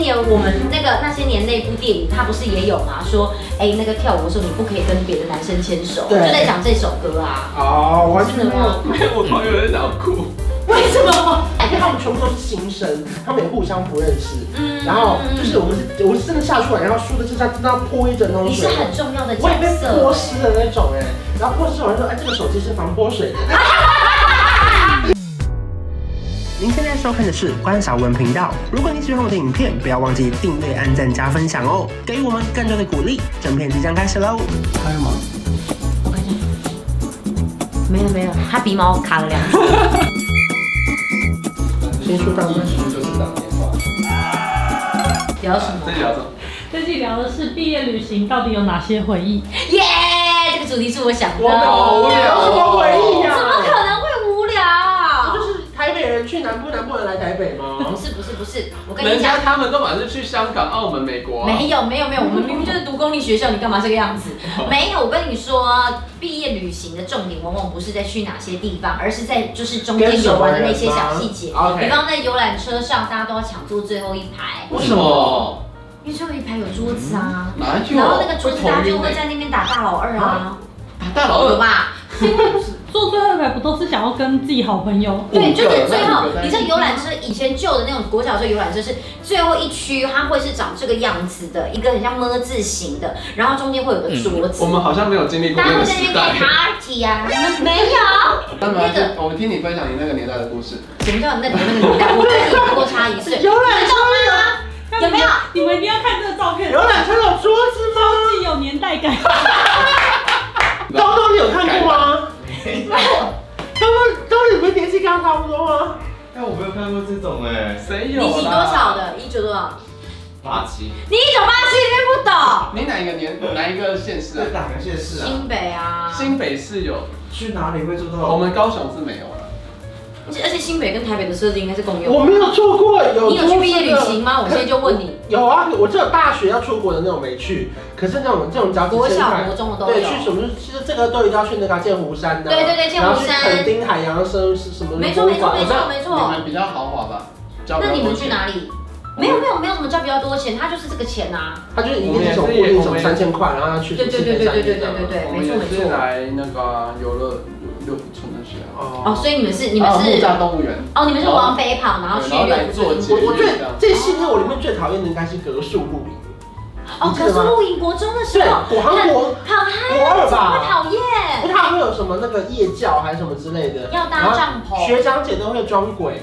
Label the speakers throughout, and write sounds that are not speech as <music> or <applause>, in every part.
Speaker 1: 年我们那个那些年那部电影，它不是也有吗？说哎、那个跳舞的时候你不可以跟别的男生牵手，就
Speaker 2: 对
Speaker 1: 在讲这首歌啊。
Speaker 2: 哦，我完全
Speaker 1: 真的
Speaker 2: 没有
Speaker 1: 吗？
Speaker 3: 没有，我
Speaker 1: <laughs>
Speaker 3: 朋友在想哭。
Speaker 2: 为什么？因为他们全部都是新生，他们也互相不认识。
Speaker 1: 嗯
Speaker 2: <laughs> 然后就是我们是，我是真的吓出来，然后输的是他真的要泼一整桶
Speaker 1: 你是
Speaker 2: 水，
Speaker 1: 很重要的角
Speaker 2: 我也被泼
Speaker 1: 色，
Speaker 2: 湿的那种哎。然后泼湿完说，哎，这个手机是防泼水的。您现在收看的是关少文频道。如果你喜欢我的影片，不要忘记订阅、按赞、加分享哦，给予我们更多的鼓励。整片即将开始喽！
Speaker 3: 还有吗？
Speaker 1: 我看一下，没有没有，他鼻毛卡了两次。
Speaker 2: 先说到吗
Speaker 3: 一出就是打电话。
Speaker 1: 聊什么
Speaker 3: 这？聊什么？
Speaker 4: 这期聊的是毕业旅行到底有哪些回忆？
Speaker 1: <laughs> 耶这个主题是我想的。
Speaker 2: 我好无聊，什么回忆
Speaker 1: 怎么
Speaker 2: 啊？
Speaker 1: 可能会无聊？
Speaker 2: 就是台北人去南部，南部人来台北吗
Speaker 1: 不？是不是不是，我跟
Speaker 3: 人
Speaker 1: 你讲
Speaker 3: 家，他们都满是去香港、澳门、美国、啊。
Speaker 1: 没有没有没
Speaker 3: <laughs>
Speaker 1: 有，我们明明就是读公立学校，你干嘛这个样子？没有，我跟你说，毕业旅行的重点往往不是在去哪些地方，而是在就是中间游玩的那些小细节
Speaker 2: 跟什么人吗。OK
Speaker 1: 比方在游览车上，大家都要抢坐最后一排，
Speaker 3: 为什么？
Speaker 1: 因为最后一排有桌子啊。
Speaker 3: 哪有？
Speaker 1: 然后那个桌子大家就会
Speaker 3: 在
Speaker 1: 在那边打大老二啊，
Speaker 3: 大老
Speaker 1: 有
Speaker 3: 二。
Speaker 1: 吧？
Speaker 4: 坐最后一排不都是想要跟自己好朋友？
Speaker 1: 对，就
Speaker 3: 五
Speaker 1: 是
Speaker 3: 个
Speaker 1: 最后
Speaker 3: 五个，在
Speaker 1: 你
Speaker 3: 一
Speaker 1: 知
Speaker 3: 起
Speaker 1: 道游览车以前旧的那种国小车游览车是最后一区，它会是长这个样子的，一个很像么字形的，然后中间会有个桌子
Speaker 3: 嗯我，们好像没有经历过
Speaker 1: 大家
Speaker 3: 那
Speaker 1: 会
Speaker 3: 个
Speaker 1: 在那
Speaker 3: 时
Speaker 1: 边
Speaker 3: 代
Speaker 1: 开。party 啊，没有。
Speaker 3: 那
Speaker 1: 那个
Speaker 3: 我们听你分享你那个年代的故事。
Speaker 1: 什么叫那你们那个年代？我跟你多差一岁，
Speaker 2: 游览车
Speaker 4: 看
Speaker 1: 有没有？
Speaker 4: 你们一定要看这个照片，
Speaker 2: 有，游览车有桌子吗？
Speaker 4: 超级有年代感。
Speaker 2: 东东，你有看过吗？东东，东东，你不是年纪跟他差不多吗？
Speaker 5: 但我没有看过这种哎、
Speaker 3: 谁有？
Speaker 1: 你几多少？的？一九多少？
Speaker 5: 八七，
Speaker 1: 你一九八七，你不懂。
Speaker 3: 你哪一个年？哪一个县市啊
Speaker 5: 这？哪个县市啊？
Speaker 1: 新北啊，
Speaker 3: 新北市有，
Speaker 5: 去哪里会做
Speaker 3: 我
Speaker 5: 到？
Speaker 3: 们高雄是没有了。
Speaker 1: 而且而且新北跟台北的设置应该是共用。
Speaker 2: 我没有做过，有
Speaker 1: 你有
Speaker 2: 做
Speaker 1: 去
Speaker 2: 过
Speaker 1: 毕业旅
Speaker 2: 这个
Speaker 1: 行吗？我现在就问你，
Speaker 2: 有啊，我只有大学要出国的那种没去，可是那种这种只要几千
Speaker 1: 国小、
Speaker 2: 块
Speaker 1: 国中的都
Speaker 2: 对，去
Speaker 1: 有。
Speaker 2: 什么？其实这个都一定要去那个剑湖山的，
Speaker 1: 对对对剑湖山
Speaker 2: 然后去垦丁海洋生是什么？
Speaker 1: 没错
Speaker 2: 博物馆
Speaker 1: 没错没错
Speaker 3: 你们比较豪华吧？交比较
Speaker 1: 那
Speaker 3: 多
Speaker 1: 你们去？
Speaker 3: 钱
Speaker 1: 哪里？没有没有没有什么交比较多钱，它就是这个钱啊。
Speaker 2: 它就是一定是什么固定什么三千块，然后要去
Speaker 1: 对对对对对对对对
Speaker 2: 对。
Speaker 1: 对，
Speaker 3: 我
Speaker 1: 没
Speaker 3: 们
Speaker 1: 错
Speaker 3: 也
Speaker 1: 没
Speaker 3: 是
Speaker 1: 错。
Speaker 3: 来那个啊游乐六福村那些啊。
Speaker 1: 哦，
Speaker 2: 哦，
Speaker 1: 所以你们是你们
Speaker 3: 啊木
Speaker 1: 是
Speaker 3: 栅动物园，
Speaker 1: 哦，你们是往北跑，然后去
Speaker 3: 对然后来
Speaker 1: 六
Speaker 3: 做
Speaker 1: 福
Speaker 3: 捷
Speaker 2: 我
Speaker 1: 村。
Speaker 2: 我最这系列我里面最讨厌的应该是格数露营，
Speaker 1: 哦，可是露营国中的时
Speaker 2: 对
Speaker 1: 候，，
Speaker 2: 我韩国
Speaker 1: 好嗨
Speaker 2: 国
Speaker 1: 啊，
Speaker 2: 二
Speaker 1: 怎么会
Speaker 2: 吧。
Speaker 1: 讨厌？
Speaker 2: 因为它会有什么那个夜教还是什么之类的，
Speaker 1: 要搭帐篷。
Speaker 2: 学长姐都会装鬼，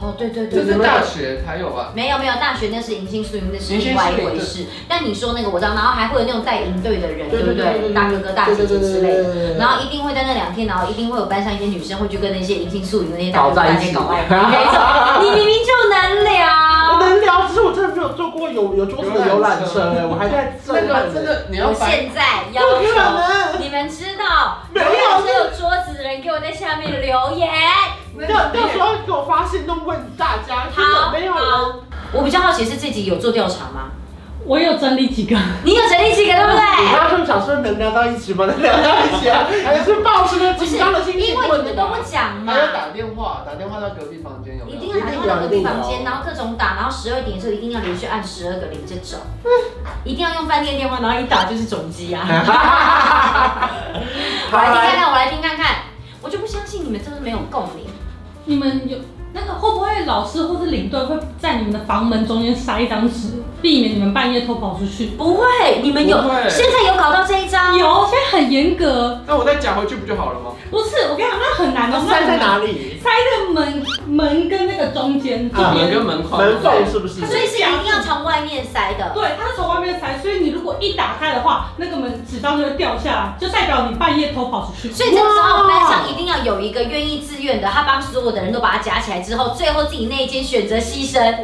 Speaker 1: 哦，对对
Speaker 3: 这
Speaker 1: 对
Speaker 3: 是
Speaker 1: 对。
Speaker 3: 大学才有吧？
Speaker 1: 没有没有，大学那是迎新宿营，那是
Speaker 3: 迎新
Speaker 1: 另外
Speaker 3: 宿
Speaker 1: 一
Speaker 3: 营
Speaker 1: 回
Speaker 3: 对
Speaker 1: 事。但你说那个我知道，然后还会有那种带营队的人，对不对？大哥哥、大姐姐之类的。
Speaker 2: 的
Speaker 1: 然后一定会在那两天，然后一定会有班上一些女生会去跟那些银杏素营的那些大
Speaker 2: 搞
Speaker 1: 哥
Speaker 2: 在
Speaker 1: 大
Speaker 2: 一
Speaker 1: 姐
Speaker 2: 起，
Speaker 1: 搞在一起。没错，你明明就能
Speaker 2: 我
Speaker 1: 聊。
Speaker 2: 能聊，只是我真的没有坐过有有桌子的游览车，哎，我还在
Speaker 3: 那个真
Speaker 2: 的
Speaker 3: 的你要
Speaker 1: 我
Speaker 3: 白
Speaker 1: 现在要
Speaker 2: 不可
Speaker 1: 求
Speaker 2: 能，
Speaker 1: 你们知道，
Speaker 2: 没有
Speaker 1: 所有桌子的人给我在下面留言。
Speaker 3: 那
Speaker 2: 要
Speaker 3: 个
Speaker 2: 到时候给我发现都问大家，真的
Speaker 1: 好，
Speaker 2: 没有
Speaker 1: 好
Speaker 2: 人。
Speaker 1: 我比较好奇是这集有做调查吗？
Speaker 4: 我有整理几个，
Speaker 1: 你有整理几个，对不
Speaker 2: 你
Speaker 1: 对？
Speaker 2: 刚刚想说能聊到一起吗？能聊到一起啊？还是抱持着
Speaker 1: 不是，
Speaker 2: 紧张的心情
Speaker 1: 因为你
Speaker 2: 问
Speaker 1: 们
Speaker 2: 的
Speaker 1: 都
Speaker 2: 吧
Speaker 1: 不？讲嘛
Speaker 3: 还。要打电话，打电话到隔壁房间有没
Speaker 1: 一
Speaker 3: 有？
Speaker 1: 定要打电话到隔壁房间，然后各种打，然后十二点的时候一定要连续按十二个零这种，一定要用饭店电话，然后一打就是总机 <laughs> 啊。我来听看看，我来听看看，我就不相信你们真的没有共鸣。
Speaker 4: 你们有那个会不会老师或是领队会在你们的房门中间塞一张纸，避免你们半夜偷跑出去？
Speaker 1: 不会，你们有
Speaker 3: 不会
Speaker 1: 现在有搞到这一张？
Speaker 4: 有，现在很严格。
Speaker 3: 那我再夹回去不就好了吗？
Speaker 4: 不是，我跟你讲，那很难的。
Speaker 2: 那塞在哪？里？
Speaker 4: 塞在门门跟那个中间。
Speaker 2: 啊
Speaker 3: 门跟门框，
Speaker 2: 门缝是不是？
Speaker 1: 所以是一定要从外面塞的。
Speaker 4: 对，它是从外面塞，所以你如果一打开的话，那个门纸张就会掉下来，就代表你半夜偷跑出去。
Speaker 1: 所以这个时候班上一定要有一个愿意自愿的，他帮所有的人都把它夹起来之后，最后自己那一间选择牺牲，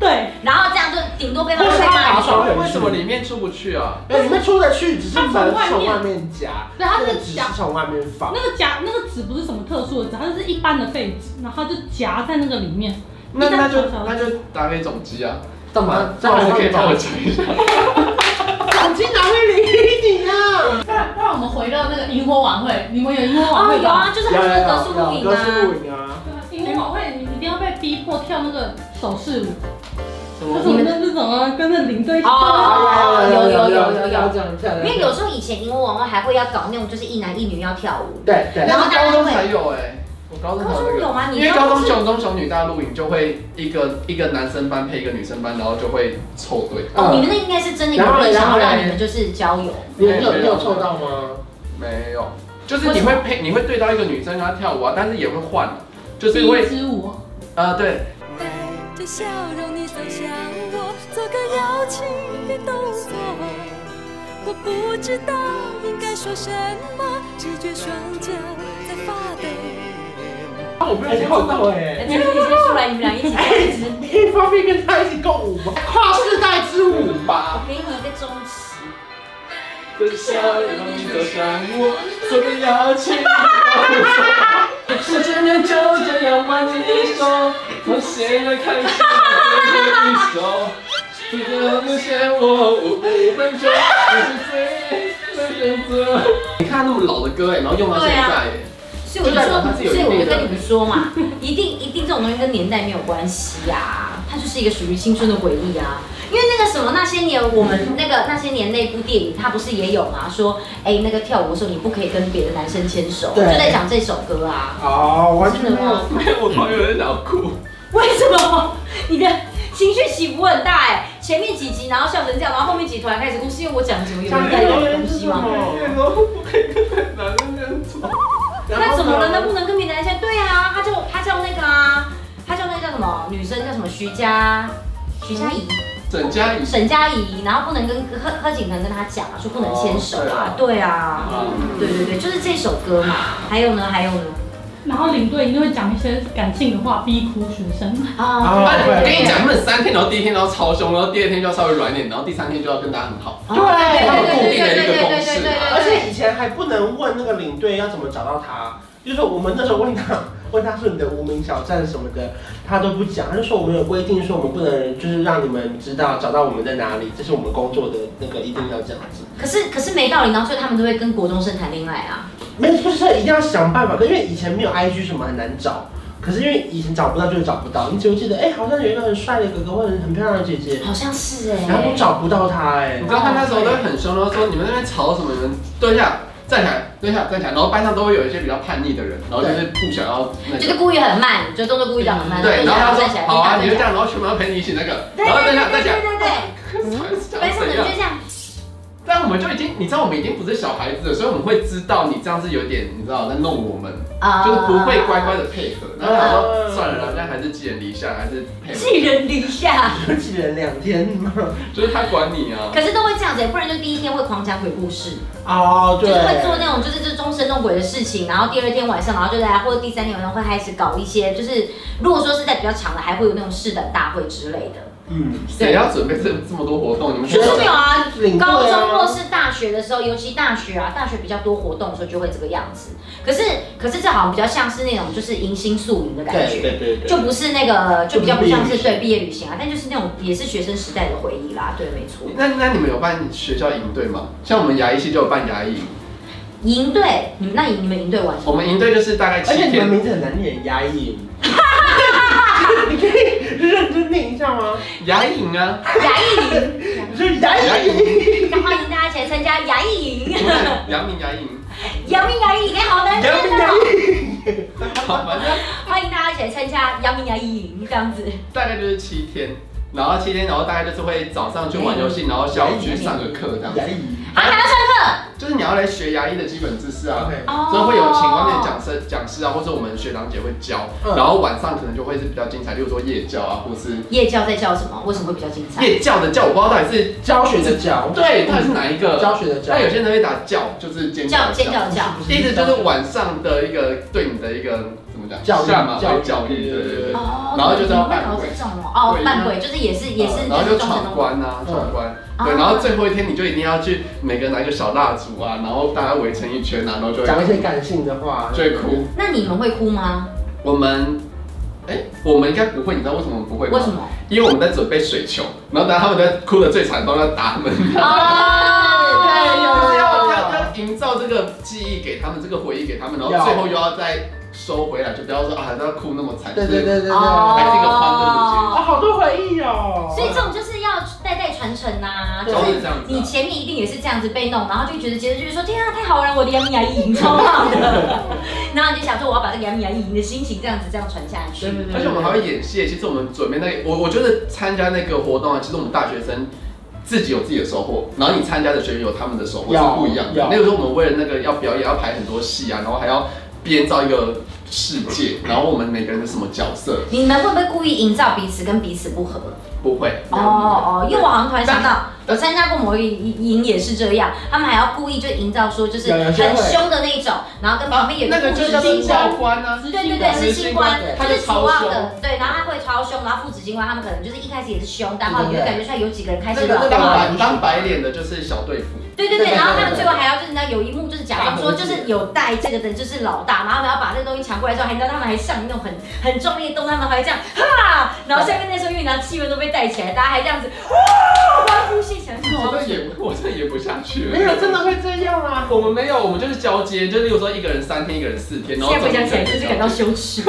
Speaker 4: 对，
Speaker 1: 然后这样就顶多被骂
Speaker 2: 或
Speaker 1: 被
Speaker 2: 是他
Speaker 1: 骂
Speaker 2: 打
Speaker 1: 一顿。
Speaker 2: 双人
Speaker 3: 啊为什么里面出不去啊？
Speaker 2: 哎，你们出得去，只是门是从外面夹，
Speaker 4: 对它
Speaker 2: 那
Speaker 4: 是
Speaker 2: 个纸是从外面放。
Speaker 4: 那个夹那个纸不是什么特殊的纸，它就是一般的废纸，然后它就夹在那个里面。
Speaker 3: 那那就那就打给总机啊，
Speaker 2: 干嘛？
Speaker 3: 这样子可以帮我讲一下。 <laughs>
Speaker 2: 手机哪会理你啊？
Speaker 6: 不然不然我们回到那个萤火晚会，你们有萤火晚
Speaker 1: 哦，
Speaker 6: 会
Speaker 1: 有
Speaker 6: 吧？
Speaker 1: 啊，就是他们的格数录影
Speaker 2: 格数
Speaker 1: 啊。
Speaker 2: 录影啊。
Speaker 4: 对啊，因为晚会你一定要被逼迫跳那个手势舞，
Speaker 3: 什
Speaker 4: 就
Speaker 3: 么
Speaker 4: 是我们那那什么跟着领队一起
Speaker 1: 嗯哦有有有有有
Speaker 2: 讲一下，
Speaker 1: 因为有时候以前萤火晚会还会要搞那种，就是一男一女要跳舞。
Speaker 2: 对对
Speaker 1: 然后大家
Speaker 3: 高中
Speaker 1: 会
Speaker 3: 才有哎，我高中才
Speaker 1: 高
Speaker 3: 那
Speaker 1: 中
Speaker 3: 个。
Speaker 1: 有吗？你
Speaker 3: 因为高中
Speaker 1: 是
Speaker 3: 熊中熊女大露营就会一个一个男生班配一个女生班，然后就会凑队。
Speaker 1: 哦，你们那应该是真的有
Speaker 2: 然后嘞
Speaker 1: 人想要
Speaker 2: 然后嘞
Speaker 1: 让你们就是交友。
Speaker 2: 你有你有你有凑到吗？
Speaker 3: 没有，就是你会配，你会对到一个女生跟她跳舞啊，但是也会换，就是
Speaker 4: 第一
Speaker 3: 会
Speaker 4: 支舞。
Speaker 3: 呃对，
Speaker 7: 带着笑容，你走向我，做个柔情的动作。我不知道应该说什么，只觉双脚在发抖。
Speaker 2: 啊，我没有凑到哎。
Speaker 1: 这个先出来，你们俩一起开始。
Speaker 2: 你可以方便跟他一起共舞吗？跨世代之舞吧。
Speaker 1: <laughs> 给你一个中指。
Speaker 3: 就是笑容你走向我，
Speaker 5: 这个邀请，
Speaker 2: 是真的就这样挽着你手，
Speaker 5: 我谁来开心的一首？你的路线我五分钟，你是最最选择。
Speaker 3: 你看那么老的歌哎，然后用到现在哎，
Speaker 1: 所以我就
Speaker 3: 就代表它
Speaker 1: 说，
Speaker 3: 是有
Speaker 1: 所以我
Speaker 3: 一定
Speaker 1: 就
Speaker 3: 的
Speaker 1: 跟你们说嘛，一定一定这种东西跟年代没有关系呀、它就是一个属于青春的回忆啊。因为那个什么那些年，我们那个那些年那部电影，它不是也有嘛？说，哎、那个跳舞的时候你不可以跟别的男生牵手，就
Speaker 2: 对
Speaker 1: 在讲这首歌啊。
Speaker 2: 哦，完全
Speaker 1: 真的
Speaker 2: 没有
Speaker 1: 吗？
Speaker 3: 我朋友在想哭，
Speaker 1: 为什么你的情绪起伏很大、哎，前面几集然后笑成这样，然后后面几集突然开始哭，是因为我讲什么有人在有东西吗？
Speaker 3: 男生这样走，
Speaker 1: 那怎么了？那不能跟别的男生？对啊，他叫他叫那个啊，他叫那个叫什么女生叫什么徐佳，徐佳怡、
Speaker 3: 整家一
Speaker 1: 沈佳宜，然后不能跟贺贺锦腾跟他讲啊，说不能牵手啊
Speaker 3: 哦，
Speaker 1: 对啊，
Speaker 3: 啊，
Speaker 1: 对对对，就是这首歌嘛。还有呢，还有呢，
Speaker 4: 然后领队一定会讲一些感性的话，逼哭学生。
Speaker 1: 啊，
Speaker 2: 啊，
Speaker 3: 我跟
Speaker 2: 对
Speaker 3: 你讲，他们三天，然后第一天然后超凶，然后第二天就要稍微软一点，然后第三天就要跟大家很好，
Speaker 1: 对对
Speaker 3: 他们
Speaker 1: 对
Speaker 3: 固
Speaker 1: 对
Speaker 3: 定的一个公式嘛。
Speaker 2: 而且以前还不能问那个领队要怎么找到他，就是我们那时候问他，问他说你的无名小站什么的，他都不讲，他就说我们有规定说我们不能就是让你们知道找到我们在哪里，这是我们工作的那个一定要这样子。
Speaker 1: 可是可是没道理，然后所以他们都会跟国中生谈恋爱啊。
Speaker 2: 没有，就是一定要想办法，因为以前没有 IG 什么很难找，可是因为以前找不到就是找不到，你只会记得哎、好像有一个很帅的哥哥或者很漂亮的姐姐，
Speaker 1: 好像是
Speaker 2: 然后
Speaker 1: 哎
Speaker 2: 都，找不到他哎、
Speaker 3: 你知道他那时候都会很凶，然后说你们那边吵什么？你们蹲下，站起来，蹲下，站起来。然后班上都会有一些比较叛逆的人，然后就是不想要那
Speaker 1: 就是
Speaker 3: 个。
Speaker 1: 故意很慢，就动作故意讲很慢，
Speaker 3: 对，然后他
Speaker 1: 站起
Speaker 3: 说
Speaker 1: 来，
Speaker 3: 好啊，你就
Speaker 1: 对
Speaker 3: 这样，然后全部要陪你一起那个，
Speaker 1: 对
Speaker 3: 然后
Speaker 1: 对
Speaker 3: 站起来，
Speaker 1: 对
Speaker 3: 站起来
Speaker 1: 对对，
Speaker 3: <laughs>
Speaker 1: 班上的人
Speaker 3: 想怎样
Speaker 1: 就？这样。
Speaker 3: 但我们就已经，你知道我们已经不是小孩子了，所以我们会知道你这样是有点，你知道在弄我们，
Speaker 1: 啊
Speaker 3: 就是不会乖乖的配合。然后他说
Speaker 2: 嗯
Speaker 3: 算了啦，人家还是寄人篱下，还是配合，
Speaker 1: 寄人篱下，
Speaker 2: 就记了两天嘛。
Speaker 3: 就是他管你啊。
Speaker 1: 可是都会这样子、不然就第一天会狂讲鬼故事，
Speaker 2: 哦，
Speaker 1: 就
Speaker 2: 对，
Speaker 1: 是会做那种就是这终身弄鬼的事情，然后第二天晚上，然后就大家或者第三天晚上会开始搞一些，就是如果说是在比较长的，还会有那种试等大会之类的。
Speaker 2: 嗯，
Speaker 3: 谁要准备这这么多活动？你们
Speaker 1: 可是没有啊，
Speaker 2: 领队啊
Speaker 1: 高中或是大学的时候，尤其大学啊，大学比较多活动的时候就会这个样子。可是可是这好像比较像是那种就是迎新宿营的感
Speaker 2: 对
Speaker 1: 觉。
Speaker 2: 对对对，
Speaker 1: 就不是那个，就比较不像是
Speaker 2: 就不是毕
Speaker 1: 对毕业
Speaker 2: 业旅行
Speaker 1: 旅行啊，但就是那种也是学生时代的回忆啦，对，没错。
Speaker 3: 那那你们有办学校营队吗？像我们牙医系就有办牙医营，
Speaker 1: 营队，你们那你们营队玩什么？
Speaker 3: 我们营队就是大概七
Speaker 2: 而且你们
Speaker 3: 天，
Speaker 2: 名字很难念，压抑。你可以认真念一下吗？
Speaker 3: 牙医营啊，
Speaker 1: 牙艺营，
Speaker 2: 你说压
Speaker 3: 牙医
Speaker 2: 抑，
Speaker 3: 营，
Speaker 1: 那欢迎大家一起来参加牙艺营，
Speaker 3: <laughs> 阳明牙医营，
Speaker 1: 阳明牙艺营好难听
Speaker 2: 杨明
Speaker 1: 哦，
Speaker 2: 压抑。
Speaker 3: 好，反正
Speaker 1: 欢迎大家一起来参加阳明牙艺营这样子。
Speaker 3: 大概就是七天，然后七天，然后大概就是会早上去玩游戏，然后下午去上个课这样子
Speaker 2: 压，抑。
Speaker 1: 啊，还要上课
Speaker 3: 就是你要来学牙医的基本知识啊。
Speaker 2: OK，
Speaker 1: 哦
Speaker 3: 所以会有请外面讲师讲师啊，或者我们学长姐会教，
Speaker 2: 嗯
Speaker 3: 然后晚上可能就会是比较精彩，例如说夜教啊，或是
Speaker 1: 夜教在教什么？为什么会比较精彩？
Speaker 3: 夜教的教，我不知道到底是
Speaker 2: 教学的教，
Speaker 3: 对到底是哪一个，
Speaker 2: 教学的教
Speaker 3: 但。有些人会打教，就是尖叫
Speaker 1: 教
Speaker 3: 的
Speaker 1: 尖
Speaker 3: 教。
Speaker 1: 叫的教，
Speaker 3: 意思就是晚上的一个对你的一个怎么讲
Speaker 2: 教育
Speaker 3: 下马威
Speaker 2: 教育
Speaker 3: 教育，对对对。
Speaker 1: 哦，
Speaker 3: 然后就是要
Speaker 1: 你们会
Speaker 3: 扮
Speaker 1: 搞
Speaker 3: 鬼
Speaker 1: 这种哦，哦，
Speaker 3: 对哦
Speaker 1: 扮鬼就是也是也是
Speaker 3: 然后
Speaker 1: 就是
Speaker 3: 就
Speaker 1: 中等
Speaker 3: 闯
Speaker 1: 的
Speaker 3: 关啊，闯关。
Speaker 1: 嗯
Speaker 3: 对，
Speaker 1: 哦
Speaker 3: 然后最后一天你就一定要去每个人拿一个小蜡烛啊，然后大家围成一圈啊，然后就会
Speaker 2: 讲一些感性的话，
Speaker 3: 就会哭。
Speaker 1: 那你们会哭吗？
Speaker 3: 我们，哎，我们应该不会，你知道为什么我们不会吗？
Speaker 1: 为什？
Speaker 3: <laughs>
Speaker 1: 么？
Speaker 3: 因为我们在准备水球，然后等他们在哭的最惨，都要打他们。 <laughs>
Speaker 1: 哦，
Speaker 3: 要要要营造这个记忆给他们，这个回忆给他们，然后
Speaker 2: 要
Speaker 3: 最后又要再收回来，就不要说啊，要哭那么惨。
Speaker 2: 对对
Speaker 3: 就是
Speaker 2: 对对对，
Speaker 1: 哦
Speaker 2: 啊，
Speaker 3: 还是一个欢乐的
Speaker 2: 好多回忆哦。
Speaker 1: 所以这种就是要代代传承呐、就
Speaker 3: 结局，都是
Speaker 1: 是
Speaker 3: 这样子
Speaker 1: 你
Speaker 3: 啊。
Speaker 1: 前面一定也是这样子被弄，然后就觉得觉得就是说，天啊，太好了，我的杨幂阿姨赢超棒的， <laughs> 然后你就想说我要把这个杨幂阿姨赢的心情这样子这样传下去。
Speaker 2: 对对对，
Speaker 3: 而且我们还会演戏，其实我们准备那个，我我觉得参加那个活动啊，其实我们大学生自己有自己的收获，然后你参加的学员有他们的收获是
Speaker 2: 要
Speaker 3: 不一样的
Speaker 2: 要。
Speaker 3: 那个时候我们为了那个要表演，要排很多戏啊，然后还要编造一个世
Speaker 1: <laughs>
Speaker 3: 界，然后我们每个人的什么角色
Speaker 1: 你们会不会故意营造彼此跟彼此不合？
Speaker 3: 不会。
Speaker 1: 哦哦，因为我好像突然想到，我
Speaker 3: 但
Speaker 1: 参加过某一营也是这样，他们还要故意就营造说就是
Speaker 2: 有有
Speaker 1: 很
Speaker 2: 些会啊
Speaker 1: 凶的那一种，然后跟旁边有一
Speaker 3: 那
Speaker 1: 个
Speaker 3: 个
Speaker 1: 故
Speaker 3: 就
Speaker 1: 事
Speaker 3: 叫做
Speaker 1: 新
Speaker 3: 教
Speaker 1: 官。
Speaker 3: 官啊，
Speaker 1: 对对对，是新官，
Speaker 3: 他
Speaker 1: 就
Speaker 3: 就是
Speaker 1: 楚
Speaker 3: 超
Speaker 1: 望
Speaker 3: 凶。
Speaker 1: 的，对，然后他会超凶，然后父子金官他们可能就是一开始也是凶，但后来
Speaker 2: 对
Speaker 1: 你就
Speaker 2: 对对
Speaker 1: 感觉出来有几个人开
Speaker 3: 那
Speaker 1: 始
Speaker 3: 个
Speaker 1: 老
Speaker 3: 当
Speaker 1: 化，
Speaker 3: 白当白脸的就是小队服，
Speaker 1: 对对
Speaker 2: 对
Speaker 1: 对，
Speaker 2: 对
Speaker 1: 然后他们
Speaker 2: 对对
Speaker 1: 最后还要就是你知道有一幕就是假装说就是有带这个的就是老大，然后他们要把这个东西抢过来之后，还你知道他们还上那种很 <laughs> 很壮烈的动作，他们还会这样哈，然后下面那时候因为拿气氛都被带起来，大家还这样子哇欢呼现场，
Speaker 3: 我真的演不，我真的演不下去了。
Speaker 2: 没有真的会这样啊。
Speaker 3: 我们没有，我们就是交接，就是有时候一个人三天，一个人四天，然后
Speaker 1: 现在回想起来
Speaker 3: 整
Speaker 1: 真
Speaker 3: 个
Speaker 1: 是感到羞耻。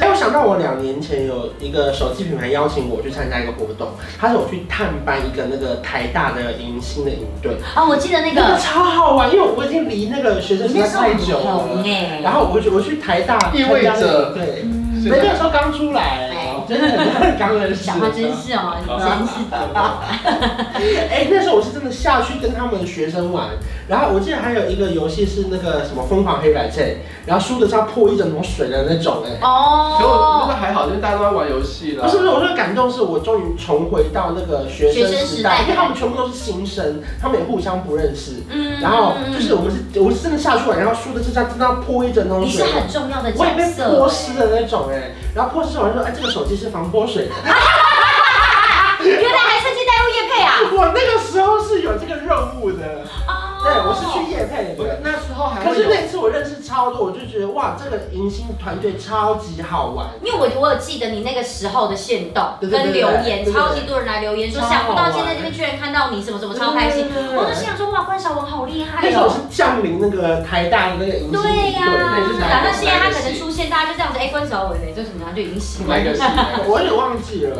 Speaker 2: 哎，我想到我两年前有一个手机品牌邀请我去参加一个活动，他是我去探班一个那个台大的迎新的营队，
Speaker 1: 哦，我记得那
Speaker 2: 那个
Speaker 1: 个
Speaker 2: 超好玩，因为我已经离那个学生时代太久了。
Speaker 1: 哎
Speaker 2: 然后我去我去台大参加
Speaker 3: 意味着
Speaker 2: 对，
Speaker 1: 嗯
Speaker 2: 没那时候刚出来哦
Speaker 1: 哎，
Speaker 2: 真的很刚认识。
Speaker 1: 小花真是哦，你真是的，
Speaker 2: 哎、那时候我是真的下去跟他们学生玩，然后我记得还有一个游戏是那个什么疯狂黑白键，然后输的是要泼一整桶水的那种、哎、
Speaker 3: 可我那个
Speaker 1: 哦，
Speaker 3: 还好，就是大家都在玩游戏啦。
Speaker 2: 不是不是，我这个感动是我终于重回到那个学生
Speaker 1: 学生
Speaker 2: 时
Speaker 1: 时代
Speaker 2: 代，因为他们全部都是新生，他们也互相不认识，
Speaker 1: 嗯
Speaker 2: 然后就是我们是我是真的下去玩，然后输的是这样真的要泼一整桶
Speaker 1: 你是
Speaker 2: 水。
Speaker 1: 很重要的角
Speaker 2: 我也被
Speaker 1: 色
Speaker 2: 泼，湿的那种哎、然后泼湿我就说哎、这个手机是防泼水的，
Speaker 1: 原来还趁机带入叶配啊，
Speaker 2: 我那个时候是有这个任务的，
Speaker 1: 哦，
Speaker 2: 对我是去夜配
Speaker 3: 不
Speaker 2: 的
Speaker 3: 是，。那时候还
Speaker 2: 可
Speaker 3: 会
Speaker 2: 是
Speaker 3: 有
Speaker 2: 那次我认识超多，我就觉得哇，这个迎新团队超级好玩。
Speaker 1: 因为我我有记得你那个时候的线动
Speaker 2: 对对对
Speaker 1: 跟留言，
Speaker 2: 对对对
Speaker 1: 超级多人来留言说
Speaker 2: 超
Speaker 1: 想不到
Speaker 2: 好玩
Speaker 1: 现在这边居然看到你什么什么超开心，
Speaker 2: 对对对对
Speaker 1: 我就心想说哇关晓雯好厉害
Speaker 2: 那时候我是
Speaker 1: 哦。
Speaker 2: 降临那个台大的那个迎新
Speaker 1: 对呀、
Speaker 3: 那也是
Speaker 1: 然
Speaker 3: 哪
Speaker 1: 后
Speaker 3: 个
Speaker 1: 现在他可能出现，大家就这样子，哎、关晓雯哎，就是他就已经喜
Speaker 3: 哪
Speaker 1: 欢
Speaker 3: 一个
Speaker 1: 了
Speaker 3: 是？哪
Speaker 2: <laughs>
Speaker 3: 一
Speaker 2: 队
Speaker 3: 个
Speaker 2: 我有点忘记了。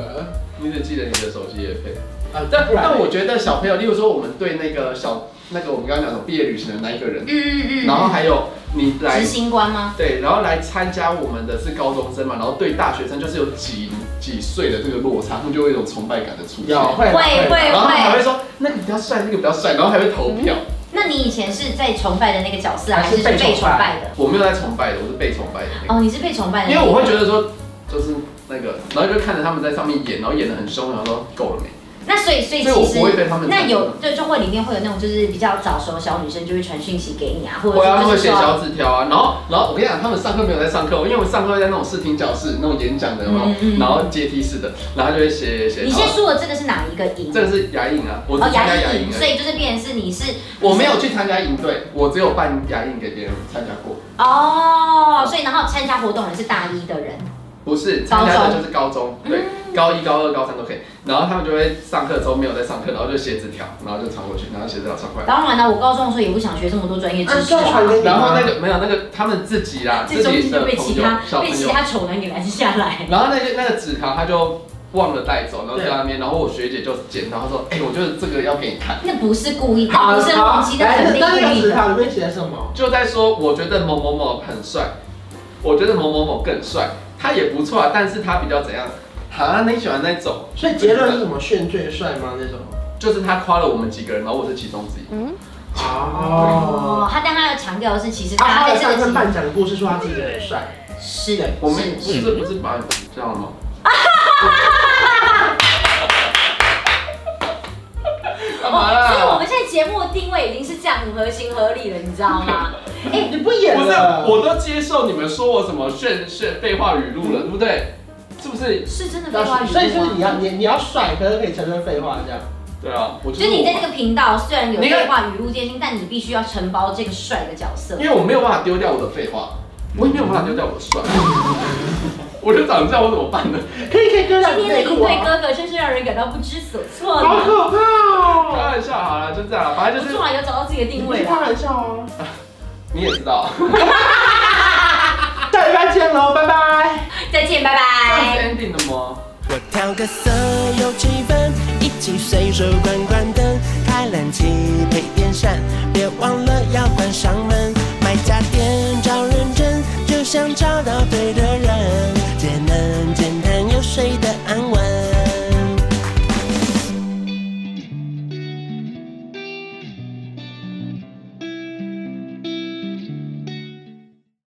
Speaker 3: 你只记得你的手机也配。
Speaker 2: 啊
Speaker 3: 但
Speaker 2: 不然
Speaker 3: 但我觉得小朋友，例如说我们对那个小那个我们刚刚讲的毕业旅行的那一个人，
Speaker 1: 嗯嗯
Speaker 3: 然后还有你来
Speaker 1: 执行官吗？
Speaker 3: 对，然后来参加我们的是高中生嘛，然后对大学生就是有几几岁的这个落差，他们就会有一种崇拜感的出现
Speaker 2: 有。会
Speaker 1: 会
Speaker 2: 会，啊
Speaker 1: 会
Speaker 3: 然后他们还
Speaker 1: 会。
Speaker 3: 会说那个比较帅，那个比较帅，然后还会投票。
Speaker 2: 嗯
Speaker 1: 那你以前是在崇拜的那个角色，还
Speaker 2: 还
Speaker 1: 是
Speaker 2: 是
Speaker 1: 是
Speaker 2: 被
Speaker 1: 被
Speaker 2: 崇
Speaker 1: 崇
Speaker 2: 拜
Speaker 1: 拜的？
Speaker 3: 我没有在崇拜的，我是被崇拜的那个。
Speaker 1: 哦，你是被崇拜的，
Speaker 3: 因为我会觉得说，就是那个，然后就看着他们在上面演，然后演得很凶，然后说够了没？
Speaker 1: 那所以所以
Speaker 3: 所以我
Speaker 1: 其
Speaker 3: 不会
Speaker 1: 实
Speaker 3: 对他们。
Speaker 1: 那有对就会里面会有那种就是比较早熟的小女生就会传讯息给你啊，或者
Speaker 3: 我要他
Speaker 1: 就
Speaker 3: 们
Speaker 1: 是
Speaker 3: 写
Speaker 1: 说
Speaker 3: 小纸条啊，然后然后我跟你讲，他们上课没有在上课，因为我们上课在那种视听教室，那种演讲的嘛
Speaker 1: 嗯嗯，嗯
Speaker 3: 然后阶梯式的，然后他就会写写。
Speaker 1: 你
Speaker 3: 然
Speaker 1: 先
Speaker 3: 后
Speaker 1: 说的这个是哪一个营？
Speaker 3: 这个是牙印啊，我只
Speaker 1: 哦，
Speaker 3: 参加牙
Speaker 1: 牙
Speaker 3: 印
Speaker 1: 印，所
Speaker 3: 而已，
Speaker 1: 以就是变成是你是
Speaker 3: 我没有去参加营队，我只有办牙印给别人参加过。
Speaker 1: 哦，所以然后参加活动人是大一的人，
Speaker 3: 不是，
Speaker 1: 高
Speaker 3: 参
Speaker 1: 中
Speaker 3: 加的就是高中，对，
Speaker 1: 嗯
Speaker 3: 高一、高二、高三都可以。然后他们就会上课的时候没有在上课，然后就写纸条，然后就传过去，然后写纸条传过来。
Speaker 1: 当然了，我高中的时候也不想学这么多专业知识
Speaker 2: 啊就传给
Speaker 1: 啊
Speaker 2: 你，
Speaker 3: 然后那个没有那个他们自己啦，
Speaker 1: 这
Speaker 3: 自
Speaker 1: 中
Speaker 3: 己
Speaker 1: 间
Speaker 3: 的
Speaker 1: 就被
Speaker 3: 朋
Speaker 1: 其
Speaker 3: 友
Speaker 1: 他
Speaker 3: 小
Speaker 1: 被
Speaker 3: 朋
Speaker 1: 其
Speaker 3: 友，
Speaker 1: 他丑男给拦下来。
Speaker 3: 然后那个那个纸条他就忘了带走，然后在那边，然后我学姐就捡到，她说：“哎，我觉得这个要给你看。
Speaker 1: 那不是故意的，
Speaker 2: 好
Speaker 1: 不是
Speaker 2: 好
Speaker 1: 忘记的，
Speaker 2: 来
Speaker 1: 肯定
Speaker 2: 那
Speaker 1: 故
Speaker 2: 那个
Speaker 1: 意
Speaker 2: 纸
Speaker 1: 的。
Speaker 2: 条里面写什么？”
Speaker 3: 就在说我觉得某某某很帅，我觉得某某某更帅，他也不错啊，但是他比较怎样？啊，你喜欢那种？
Speaker 2: 所以结论是什么？炫最帅吗？那种？
Speaker 3: 就是他夸了我们几个人，然后我是其中之一。
Speaker 1: 哦
Speaker 2: 哦。，
Speaker 1: 他但他要强调的是，其实
Speaker 2: 啊，
Speaker 1: 大
Speaker 2: 他
Speaker 1: 家在
Speaker 2: 有上
Speaker 1: 这
Speaker 2: 课
Speaker 1: 个
Speaker 2: 办讲故事说他自己很帅，
Speaker 1: 是
Speaker 2: 对
Speaker 3: 我们
Speaker 1: 是
Speaker 3: 这不是把你这样了吗？干嘛
Speaker 1: 哦，所以我
Speaker 3: 啦？
Speaker 1: 们现在节目的定位已经是这样很合情合理了，你知道
Speaker 3: <laughs>
Speaker 1: 吗？
Speaker 2: 你哎不演
Speaker 3: 不是
Speaker 2: 了，，
Speaker 3: 我都接受你们说我什么炫炫废话语录了，对不对？是不是？
Speaker 1: 是真的废话
Speaker 2: 要
Speaker 1: 语
Speaker 2: 所以是不是
Speaker 1: 录
Speaker 2: 你
Speaker 1: 吗？
Speaker 2: 要你你要帅，可是可以承认废话这样。
Speaker 3: 对啊，我就
Speaker 1: 就是你在
Speaker 3: 我
Speaker 1: 这个频道虽然有
Speaker 3: 你
Speaker 1: 废
Speaker 3: 看
Speaker 1: 话语录艰辛，但你必须要承包这个帅的角色。
Speaker 3: 因为我没有办法丢掉我的废话，我也没有办法丢掉我的帅， <laughs> 我就长这样，我怎么办呢？
Speaker 2: 可以可以丢掉
Speaker 1: 今
Speaker 2: 你
Speaker 1: 天的
Speaker 2: 内
Speaker 1: 应
Speaker 2: 裤
Speaker 1: 对
Speaker 2: 啊！
Speaker 1: 哥哥真是让人感到不知所措
Speaker 2: 好
Speaker 1: 呢。
Speaker 2: 可怕
Speaker 3: 开
Speaker 2: 哦！
Speaker 3: 玩笑好了，就这样了，反正
Speaker 1: 不
Speaker 3: 就是
Speaker 2: 哦
Speaker 1: 错啊，有找到自己的定
Speaker 2: 不
Speaker 1: 位
Speaker 2: 是
Speaker 1: 了。
Speaker 2: 开玩笑哦。
Speaker 3: 你也知道，
Speaker 2: 大家拜见哦喽，拜拜。
Speaker 1: 再见，拜
Speaker 3: 这
Speaker 1: 拜。
Speaker 3: 是 ending 的吗？
Speaker 8: 我调个色有气氛，一起随手关关灯，开冷气配电扇，